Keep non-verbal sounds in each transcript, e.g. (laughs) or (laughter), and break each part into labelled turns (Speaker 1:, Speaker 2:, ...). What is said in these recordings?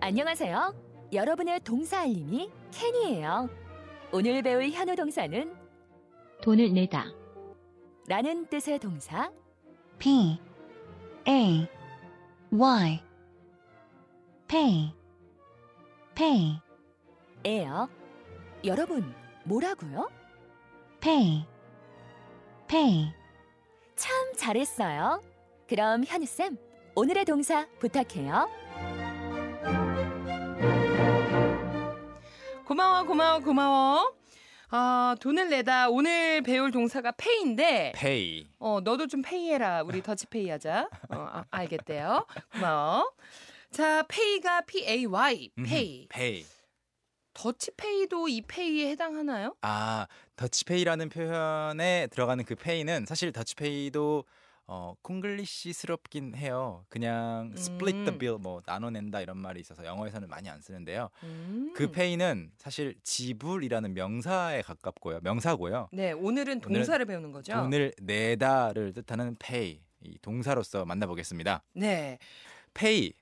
Speaker 1: 안녕하세요. 여러분의 동사 알림이 캔이에요. 오늘 배울 현우 동사는
Speaker 2: 돈을 내다.
Speaker 1: 라는 뜻의 동사
Speaker 3: P A Y pay pay
Speaker 1: 예요. 여러분, 뭐라고요?
Speaker 3: pay pay
Speaker 1: 참 잘했어요. 그럼 현우쌤, 오늘의 동사 부탁해요.
Speaker 4: 고마워 고마워 고마워. 아 돈을 내다 오늘 배울 동사가 페이인데
Speaker 5: 페이.
Speaker 4: 어 너도 좀 페이해라 우리 더치페이 하자 어 아, 알겠대요 고마워 자 페이가 P A Y 페이
Speaker 5: 페이.
Speaker 4: 더치페이도 이 페이에 해당하나요?
Speaker 5: 아, 더치페이라는 표현에 들어가는 그 페이는 사실 더치페이도 어, 콩글리시스럽긴 해요. 그냥 split the
Speaker 4: 음.
Speaker 5: bill 뭐 나눠낸다 이런 말이 있어서 영어에서는 많이 안 쓰는데요.
Speaker 4: 음.
Speaker 5: 그 페이는 사실 지불이라는 명사에 가깝고요. 명사고요.
Speaker 4: 네 오늘은 동사를 배우는 거죠.
Speaker 5: 돈을 내다를 뜻하는 페이. 이 동사로서 만나보겠습니다.
Speaker 4: 네
Speaker 5: 페이.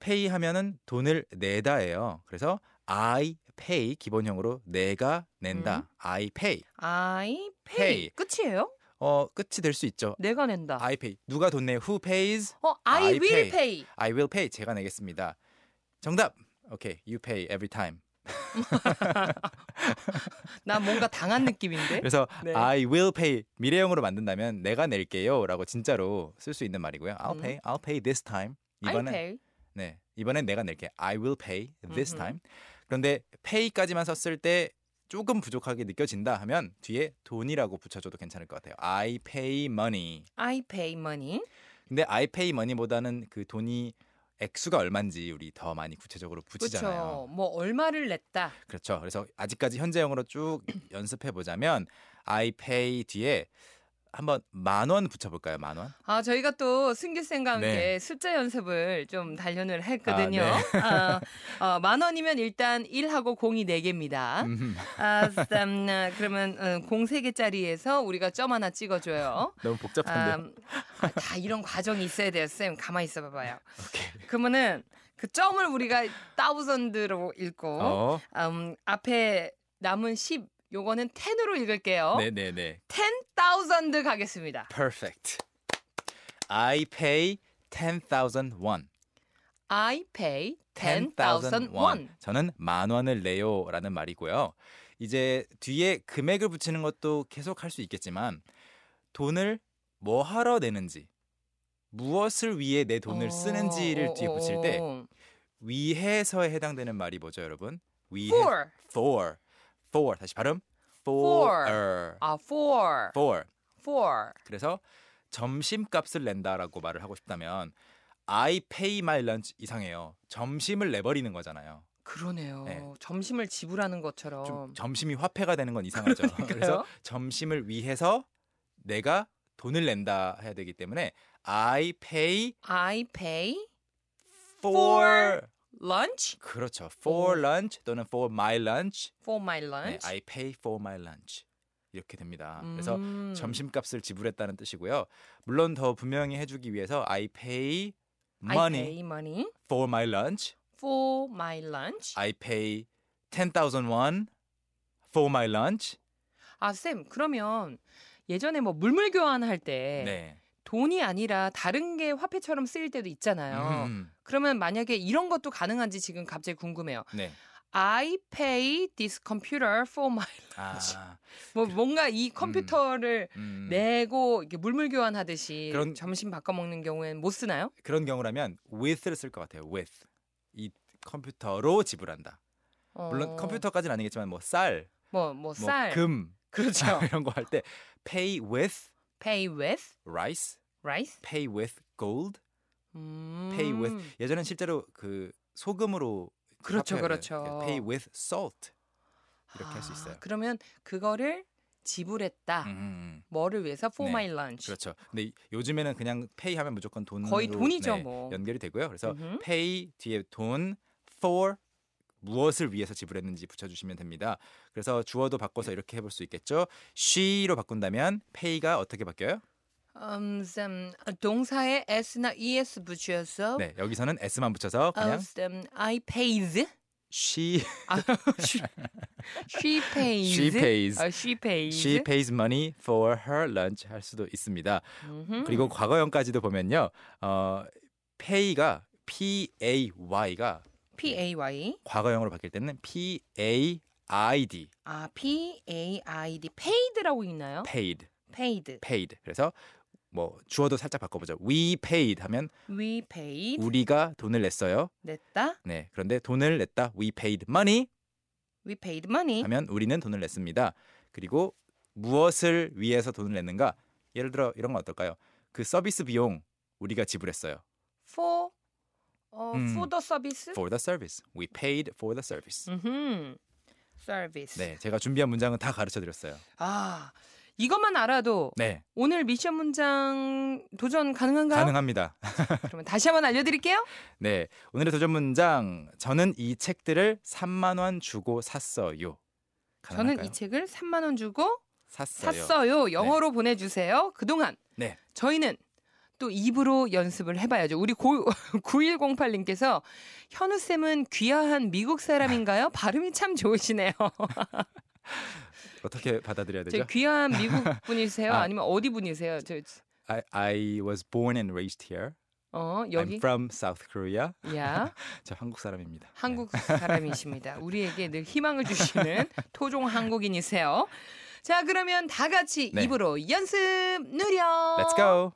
Speaker 5: 페이 하면은 돈을 내다예요. 그래서 I pay 기본형으로 내가 낸다.
Speaker 4: 음.
Speaker 5: I pay.
Speaker 4: I pay
Speaker 5: Pay.
Speaker 4: 끝이에요?
Speaker 5: 어 끝이 될 수 있죠.
Speaker 4: 내가 낸다.
Speaker 5: I pay. 누가 돈 내? Who pays?
Speaker 4: 어 I,
Speaker 5: I
Speaker 4: will
Speaker 5: pay.
Speaker 4: pay.
Speaker 5: I will pay. 제가 내겠습니다. 정답. 오케이. You pay every time.
Speaker 4: 나 뭔가 당한 느낌인데.
Speaker 5: (laughs) 그래서
Speaker 4: 네.
Speaker 5: I will pay 미래형으로 만든다면 내가 낼게요라고 진짜로 쓸 수 있는 말이고요. I'll
Speaker 4: 음.
Speaker 5: pay. I'll pay this time.
Speaker 4: I
Speaker 5: 이번엔
Speaker 4: pay.
Speaker 5: 네. 이번엔 내가 낼게. I will pay this
Speaker 4: 음흠.
Speaker 5: time. 그런데 pay까지만 썼을 때 조금 부족하게 느껴진다 하면 뒤에 돈이라고 붙여줘도 괜찮을 것 같아요. I pay money.
Speaker 4: I pay money.
Speaker 5: 근데 아이페이 머니보다는 그 돈이 액수가 얼마인지 우리 더 많이 구체적으로
Speaker 4: 그렇죠.
Speaker 5: 붙이잖아요.
Speaker 4: 뭐 얼마를 냈다.
Speaker 5: 그렇죠. 그래서 아직까지 현재형으로 쭉 연습해 보자면 아이페이 뒤에 한번 만 원 붙여볼까요? 만 원?
Speaker 4: 아 저희가 또 승기 쌤과 함께
Speaker 5: 네.
Speaker 4: 숫자 연습을 좀 단련을 했거든요.
Speaker 5: 아,
Speaker 4: 아, 어, 만 원이면 일단 1하고 0이 4 개입니다.
Speaker 5: 음,
Speaker 4: 아, 쌈, 아, 그러면 음, 0세 개짜리에서 우리가 점 하나
Speaker 5: (laughs)
Speaker 4: 찍어줘요.
Speaker 5: 너무 복잡한데.
Speaker 4: 아, 아, 다 이런 과정이 있어야 돼요, 쌤. 가만히 있어봐봐요. 그러면은 그 점을 우리가 다우선드로 읽고
Speaker 5: 어?
Speaker 4: 음, 앞에 남은 10 요거는 10으로 읽을게요.
Speaker 5: 네네네.
Speaker 4: 10,000 가겠습니다.
Speaker 5: Perfect. I pay 10,000 won.
Speaker 4: I pay 10,000 won.
Speaker 5: 저는 만 원을 내요라는 말이고요. 이제 뒤에 금액을 붙이는 것도 계속 할 수 있겠지만 돈을 뭐 하러 내는지 무엇을 위해 내 돈을
Speaker 4: 어,
Speaker 5: 쓰는지를
Speaker 4: 어,
Speaker 5: 뒤에
Speaker 4: 어,
Speaker 5: 붙일 때
Speaker 4: 어.
Speaker 5: 위해서에 해당되는 말이 뭐죠, 여러분? 위해
Speaker 4: for
Speaker 5: for for 다시 발음
Speaker 4: For.
Speaker 5: for
Speaker 4: 아 for
Speaker 5: for
Speaker 4: for
Speaker 5: 그래서 점심값을 낸다라고 말을 하고 싶다면 I pay my lunch 이상해요. 점심을 내버리는 거잖아요.
Speaker 4: 그러네요.
Speaker 5: 네.
Speaker 4: 점심을 지불하는 것처럼
Speaker 5: 좀 점심이 화폐가 되는 건 이상하죠. 그래서 점심을 위해서 내가 돈을 낸다 해야 되기 때문에 I pay
Speaker 4: I pay
Speaker 5: for,
Speaker 4: lunch
Speaker 5: 그렇죠. for
Speaker 4: 오.
Speaker 5: lunch 또는 for my lunch.
Speaker 4: for my
Speaker 5: 네,
Speaker 4: lunch.
Speaker 5: I pay for my lunch. 이렇게 됩니다. 그래서
Speaker 4: 음.
Speaker 5: 점심값을 지불했다는 뜻이고요. 물론 더 분명히 해주기 위해서 I pay
Speaker 4: I
Speaker 5: money
Speaker 4: pay money
Speaker 5: for my lunch.
Speaker 4: for my lunch.
Speaker 5: I pay 10,000 won for my lunch.
Speaker 4: 아쌤 그러면 예전에 뭐 물물 교환할 때
Speaker 5: 네.
Speaker 4: 돈이 아니라 다른 게 화폐처럼 쓰일 때도 있잖아요.
Speaker 5: 음,
Speaker 4: 그러면 만약에 이런 것도 가능한지 지금 갑자기 궁금해요.
Speaker 5: 네.
Speaker 4: I pay this computer for my (laughs)
Speaker 5: 아,
Speaker 4: 뭐 뭔가 이 컴퓨터를
Speaker 5: 음.
Speaker 4: 내고 이렇게 물물 교환하듯이
Speaker 5: 그런-
Speaker 4: 점심 바꿔 먹는 경우에는 못 쓰나요?
Speaker 5: 그런 경우라면 with를 쓸 것 같아요. with 이 컴퓨터로 지불한다. 물론
Speaker 4: 어,
Speaker 5: 컴퓨터까지는 아니겠지만 뭐 쌀,
Speaker 4: 뭐, 뭐
Speaker 5: 뭐
Speaker 4: 쌀,
Speaker 5: 금,
Speaker 4: (laughs) 그렇죠.
Speaker 5: (laughs) 이런 거 할 때 pay with
Speaker 4: pay with
Speaker 5: rice,
Speaker 4: rice,
Speaker 5: pay with gold,
Speaker 4: 음,
Speaker 5: pay with 예전엔 실제로 그 소금으로
Speaker 4: 그렇죠,
Speaker 5: 화폐를
Speaker 4: 그렇죠.
Speaker 5: 이렇게 pay with salt 이렇게 할 수
Speaker 4: 아,
Speaker 5: 있어요.
Speaker 4: 그러면 그거를 지불했다.
Speaker 5: 음, 음,
Speaker 4: 뭐를 위해서 for
Speaker 5: 네,
Speaker 4: my lunch.
Speaker 5: 그렇죠. 근데 이- 요즘에는 그냥 pay 하면 무조건 돈
Speaker 4: 거의 돈이죠, 뭐.
Speaker 5: 연결이 되고요. 그래서
Speaker 4: 음흠.
Speaker 5: pay 뒤에 돈 for 무엇을 위해서 지불했는지 붙여주시면 됩니다. 그래서 주어도 바꿔서 이렇게 해볼 수 있겠죠. she로 바꾼다면 pay가 어떻게 바뀌어요?
Speaker 4: 음, 쌤, 동사에 s나 es 붙여서
Speaker 5: 네, 여기서는 s만 붙여서
Speaker 4: 어,
Speaker 5: 그냥
Speaker 4: 쌤, I pays,
Speaker 5: she
Speaker 4: 아, she, she pays,
Speaker 5: she pays
Speaker 4: 아, she pays,
Speaker 5: she pays money for her lunch 할 수도 있습니다.
Speaker 4: 음흠.
Speaker 5: 그리고 과거형까지도 보면요. 어, pay가 p a y가
Speaker 4: P A Y,
Speaker 5: 과거형으로 바뀔 때는 p a i d
Speaker 4: 아 P A I D, paid라고 있나요?
Speaker 5: paid
Speaker 4: paid,
Speaker 5: paid. 그래서 뭐 주어도 살짝 바꿔 보죠. we paid 하면
Speaker 4: we paid,
Speaker 5: 우리가 돈을 냈어요.
Speaker 4: 냈다,
Speaker 5: 네. 그런데 돈을 냈다. we paid money
Speaker 4: we paid money,
Speaker 5: 하면 우리는 돈을 냈습니다. 그리고 무엇을 위해서 돈을 냈는가? 예를 들어 이런 건 어떨까요? 그 서비스 비용 우리가 지불했어요.
Speaker 4: for, 어,
Speaker 5: 음.
Speaker 4: for the service,
Speaker 5: For the service. We paid for the service.
Speaker 4: 음흠. service.
Speaker 5: 네, 제가 준비한 문장은 다 가르쳐 드렸어요.
Speaker 4: 아 이것만 알아도
Speaker 5: 네,
Speaker 4: 오늘 미션 문장 도전 가능한가요?
Speaker 5: 가능합니다. (laughs)
Speaker 4: 그러면 다시 한번 알려드릴게요.
Speaker 5: 네, 오늘의 도전 문장. 저는 이 책들을 3만 원 주고 샀어요. 가능할까요?
Speaker 4: 저는 이 책을 3만 원 주고
Speaker 5: 샀어요.
Speaker 4: 샀어요. 영어로 보내주세요. 그동안
Speaker 5: 네.
Speaker 4: 저희는 또 입으로 연습을 해봐야죠. 우리 고, (laughs) 9108님께서 현우 쌤은 귀화한 미국 사람인가요? 발음이 참
Speaker 5: (laughs)
Speaker 4: 좋으시네요.
Speaker 5: 어떻게 받아들여야
Speaker 4: 저
Speaker 5: 되죠?
Speaker 4: 귀화한
Speaker 5: (laughs)
Speaker 4: 미국 분이세요?
Speaker 5: 아.
Speaker 4: 아. 니면 어디 분이세요? 저,
Speaker 5: I, I was born and raised here.
Speaker 4: 어
Speaker 5: I'm
Speaker 4: 여기
Speaker 5: from South Korea.
Speaker 4: 야
Speaker 5: 저 한국 사람입니다. 네.
Speaker 4: 한국 사람이십니다. 우리에게 늘 희망을
Speaker 5: (laughs)
Speaker 4: 주시는 토종 한국인이세요. 자 그러면 다 같이
Speaker 5: 네.
Speaker 4: 입으로 연습
Speaker 5: 네.
Speaker 4: 누려.
Speaker 5: Let's go.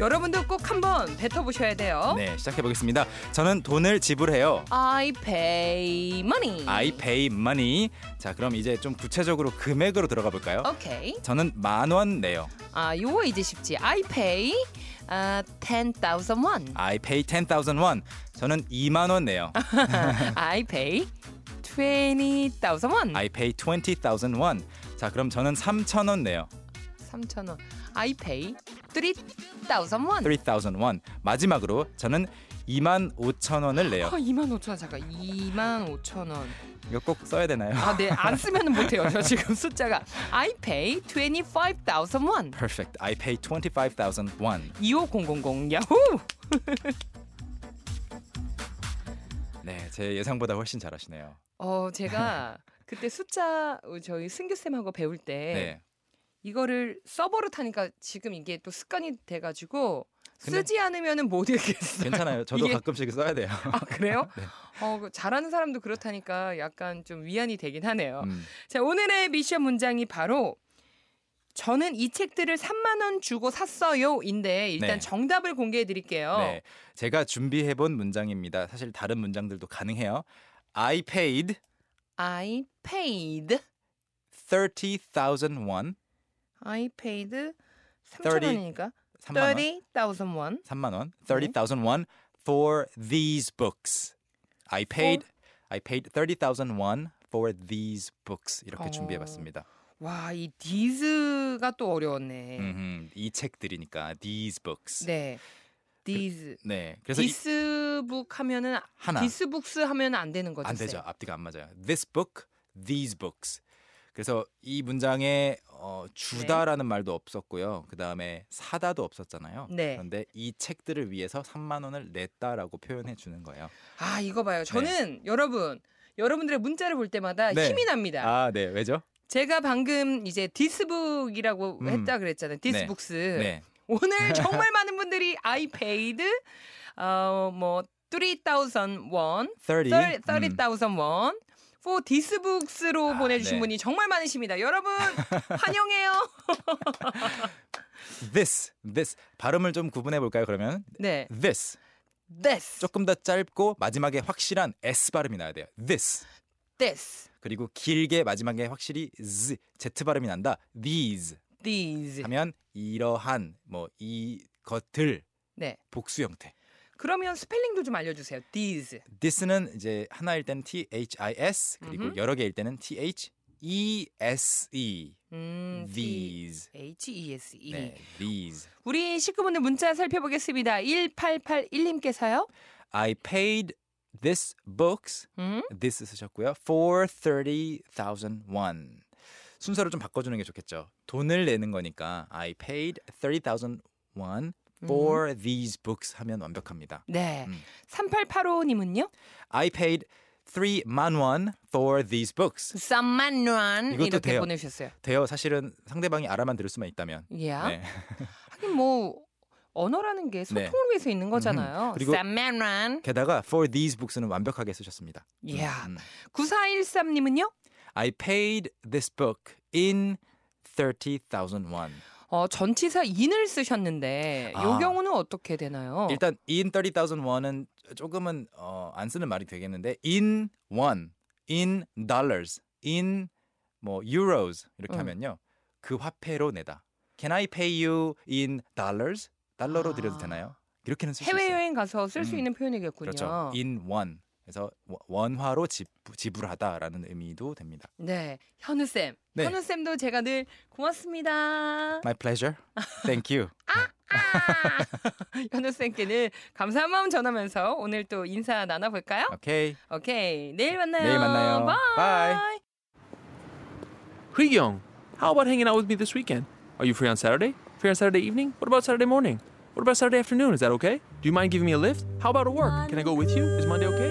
Speaker 4: 여러분도 꼭 한번 뱉어보셔야 돼요.
Speaker 5: 네, 시작해 보겠습니다. 저는 돈을 지불해요.
Speaker 4: I pay money.
Speaker 5: I pay money. 자, 그럼 이제 좀 구체적으로 금액으로 들어가 볼까요?
Speaker 4: 오케이.
Speaker 5: 저는 만 원 내요.
Speaker 4: 아, 요거 이제 쉽지. I pay 아, 10,000
Speaker 5: (laughs)
Speaker 4: won.
Speaker 5: I pay 10,000 won. 저는 2만
Speaker 4: (laughs)
Speaker 5: 원 내요.
Speaker 4: I pay 20,000 won.
Speaker 5: I pay 20,000 won. 자, 그럼 저는 3,000 원 내요.
Speaker 4: 3,000원. I pay 3,000 won.
Speaker 5: 3,000 won. 마지막으로 저는 2만 5천 원을 내요.
Speaker 4: (laughs) 어, 25,000원 잠깐. 25,000원.
Speaker 5: 이거 꼭 써야 되나요? (laughs)
Speaker 4: 아, 네. 안 쓰면은 못 해요. 저 지금 숫자가 I pay 25,000 won.
Speaker 5: Perfect. I pay 25,000 won.
Speaker 4: 25000 야호!
Speaker 5: 네, 제 예상보다 훨씬 잘하시네요.
Speaker 4: 어, 제가 그때 숫자 저희 승규 쌤하고 배울 때
Speaker 5: 네.
Speaker 4: 이거를 써버릇하니까 지금 이게 또 습관이 돼가지고
Speaker 5: 근데-
Speaker 4: 쓰지 않으면은 못 읽겠어요.
Speaker 5: 괜찮아요. 저도
Speaker 4: 이게-
Speaker 5: 가끔씩 써야 돼요.
Speaker 4: 아
Speaker 5: (laughs)
Speaker 4: 그래요?
Speaker 5: 네.
Speaker 4: 어, 그 잘하는 사람도 그렇다니까 약간 좀 위안이 되긴 하네요.
Speaker 5: 음.
Speaker 4: 자 오늘의 미션 문장이 바로 저는 이 책들을 3만 원 주고 샀어요인데 일단
Speaker 5: 네.
Speaker 4: 정답을 공개해 드릴게요.
Speaker 5: 네, 제가 준비해 본 문장입니다. 사실 다른 문장들도 가능해요. I paid
Speaker 4: I paid
Speaker 5: 30,000 won.
Speaker 4: I paid 3천
Speaker 5: 30
Speaker 4: 원이니까
Speaker 5: 3만 원.
Speaker 4: 30,000 원.
Speaker 5: 3만 원.
Speaker 4: 네.
Speaker 5: 30,000 won for these books. I paid I paid 30,000 won for these books. 이렇게
Speaker 4: 어.
Speaker 5: 준비해 봤습니다.
Speaker 4: 와이 디즈가 또 어려웠네.
Speaker 5: 음, 이 책들이니까 these books.
Speaker 4: 네. 디즈
Speaker 5: 네, 그래서 이-
Speaker 4: 디스북 하면은
Speaker 5: 하나
Speaker 4: 디스북스 하면 안 되는 거죠.
Speaker 5: 안 되죠.
Speaker 4: 쌤?
Speaker 5: 앞뒤가 안 맞아요. This book, these books. 그래서 이 문장에 어, 주다라는 말도 없었고요. 그 다음에 사다도 없었잖아요.
Speaker 4: 네.
Speaker 5: 그런데 이 책들을 위해서 3만 원을 냈다라고 표현해 주는 거예요.
Speaker 4: 아 이거 봐요. 저는 여러분 여러분들의 문자를 볼 때마다
Speaker 5: 네.
Speaker 4: 힘이 납니다.
Speaker 5: 아, 네, 왜죠?
Speaker 4: 제가 방금 이제 디스북이라고
Speaker 5: 음.
Speaker 4: 했다 그랬잖아요. 디스북스.
Speaker 5: 네, (laughs)
Speaker 4: 오늘 정말 많은 분들이 I paid 어뭐 3,000 원,
Speaker 5: 30.
Speaker 4: 30,000
Speaker 5: 음.
Speaker 4: 원. for 디스북스로
Speaker 5: 아,
Speaker 4: 보내주신
Speaker 5: 네.
Speaker 4: 분이 정말 많으십니다.
Speaker 5: (laughs)
Speaker 4: 여러분 환영해요.
Speaker 5: This, this 발음을 좀 구분해 볼까요? 그러면
Speaker 4: 네,
Speaker 5: this
Speaker 4: this,
Speaker 5: 조금 더 짧고 마지막에 확실한 s 발음이 나야 돼요. This
Speaker 4: this,
Speaker 5: 그리고 길게 마지막에 확실히 z z 발음이 난다. These
Speaker 4: these.
Speaker 5: 하면 이러한 뭐 이 것들
Speaker 4: 네.
Speaker 5: 복수 형태.
Speaker 4: 그러면 스펠링도 좀 알려주세요. these.
Speaker 5: this는 이제 하나일 때는 t h i s 그리고
Speaker 4: 음흠.
Speaker 5: 여러 개일 때는 t h e s e
Speaker 4: 음,
Speaker 5: these.
Speaker 4: H E S E.
Speaker 5: 네, these.
Speaker 4: 우리 식구분들 문자 살펴보겠습니다. 1881님께서요.
Speaker 5: I paid this books
Speaker 4: 음?
Speaker 5: this 쓰셨고요. for 30,000 won. 순서를 좀 바꿔주는 게 좋겠죠. 돈을 내는 거니까 I paid 30,000 won
Speaker 4: 음.
Speaker 5: for these books 하면 완벽합니다.
Speaker 4: 네.
Speaker 5: 음.
Speaker 4: 3885님은요?
Speaker 5: I paid 3만 won for these books.
Speaker 4: 3만 원
Speaker 5: 이것도
Speaker 4: 이렇게
Speaker 5: 돼요.
Speaker 4: 보내주셨어요.
Speaker 5: 돼요. 사실은 상대방이 알아만 들을 수만 있다면.
Speaker 4: 야.
Speaker 5: 네.
Speaker 4: 예.
Speaker 5: (laughs)
Speaker 4: 하긴 뭐 언어라는 게 소통을 위해서 있는 거잖아요.
Speaker 5: 음흠. 그리고-
Speaker 4: 3만 원. 예.
Speaker 5: 게다가 for these books는 완벽하게 쓰셨습니다. 음,
Speaker 4: 야.
Speaker 5: 음.
Speaker 4: 9413님은요?
Speaker 5: I paid this book in 30,000 won.
Speaker 4: 어, 전치사 인을 쓰셨는데 요
Speaker 5: 아.
Speaker 4: 경우는 어떻게 되나요?
Speaker 5: 일단 in 30,000 won은 조금은 어, 안 쓰는 말이 되겠는데 in won, in dollars, in 뭐 euros 이렇게
Speaker 4: 음.
Speaker 5: 하면요. 그 화폐로 내다. Can I pay you in dollars? 달러로
Speaker 4: 아.
Speaker 5: 드려도 되나요? 이렇게는 쓸 수
Speaker 4: 해외
Speaker 5: 있어요.
Speaker 4: 여행 가서 쓸 수
Speaker 5: 음.
Speaker 4: 있는 표현이겠군요.
Speaker 5: 그렇죠. in won. 그래서 원- 원화로 지, 지불하다라는 의미도 됩니다.
Speaker 4: 네, 현우 쌤.
Speaker 5: 네.
Speaker 4: 현우 쌤도 제가 늘 고맙습니다.
Speaker 5: My
Speaker 4: (laughs)
Speaker 5: pleasure. Thank you.
Speaker 4: 아! 현우 쌤께는 감사한 마음 전하면서 오늘 또 인사 나눠볼까요?
Speaker 5: 오케이.
Speaker 4: 오케이, 내일 만나요.
Speaker 5: 네, 내일 만나요.
Speaker 4: 바이.
Speaker 5: 바이.
Speaker 6: Young, how about hanging out with me this weekend? Are you free on Saturday? Free on Saturday evening? What about Saturday morning? What about Saturday afternoon? Is that okay? Do you mind giving me a lift? How about a work? Can I go with you? Is Monday okay?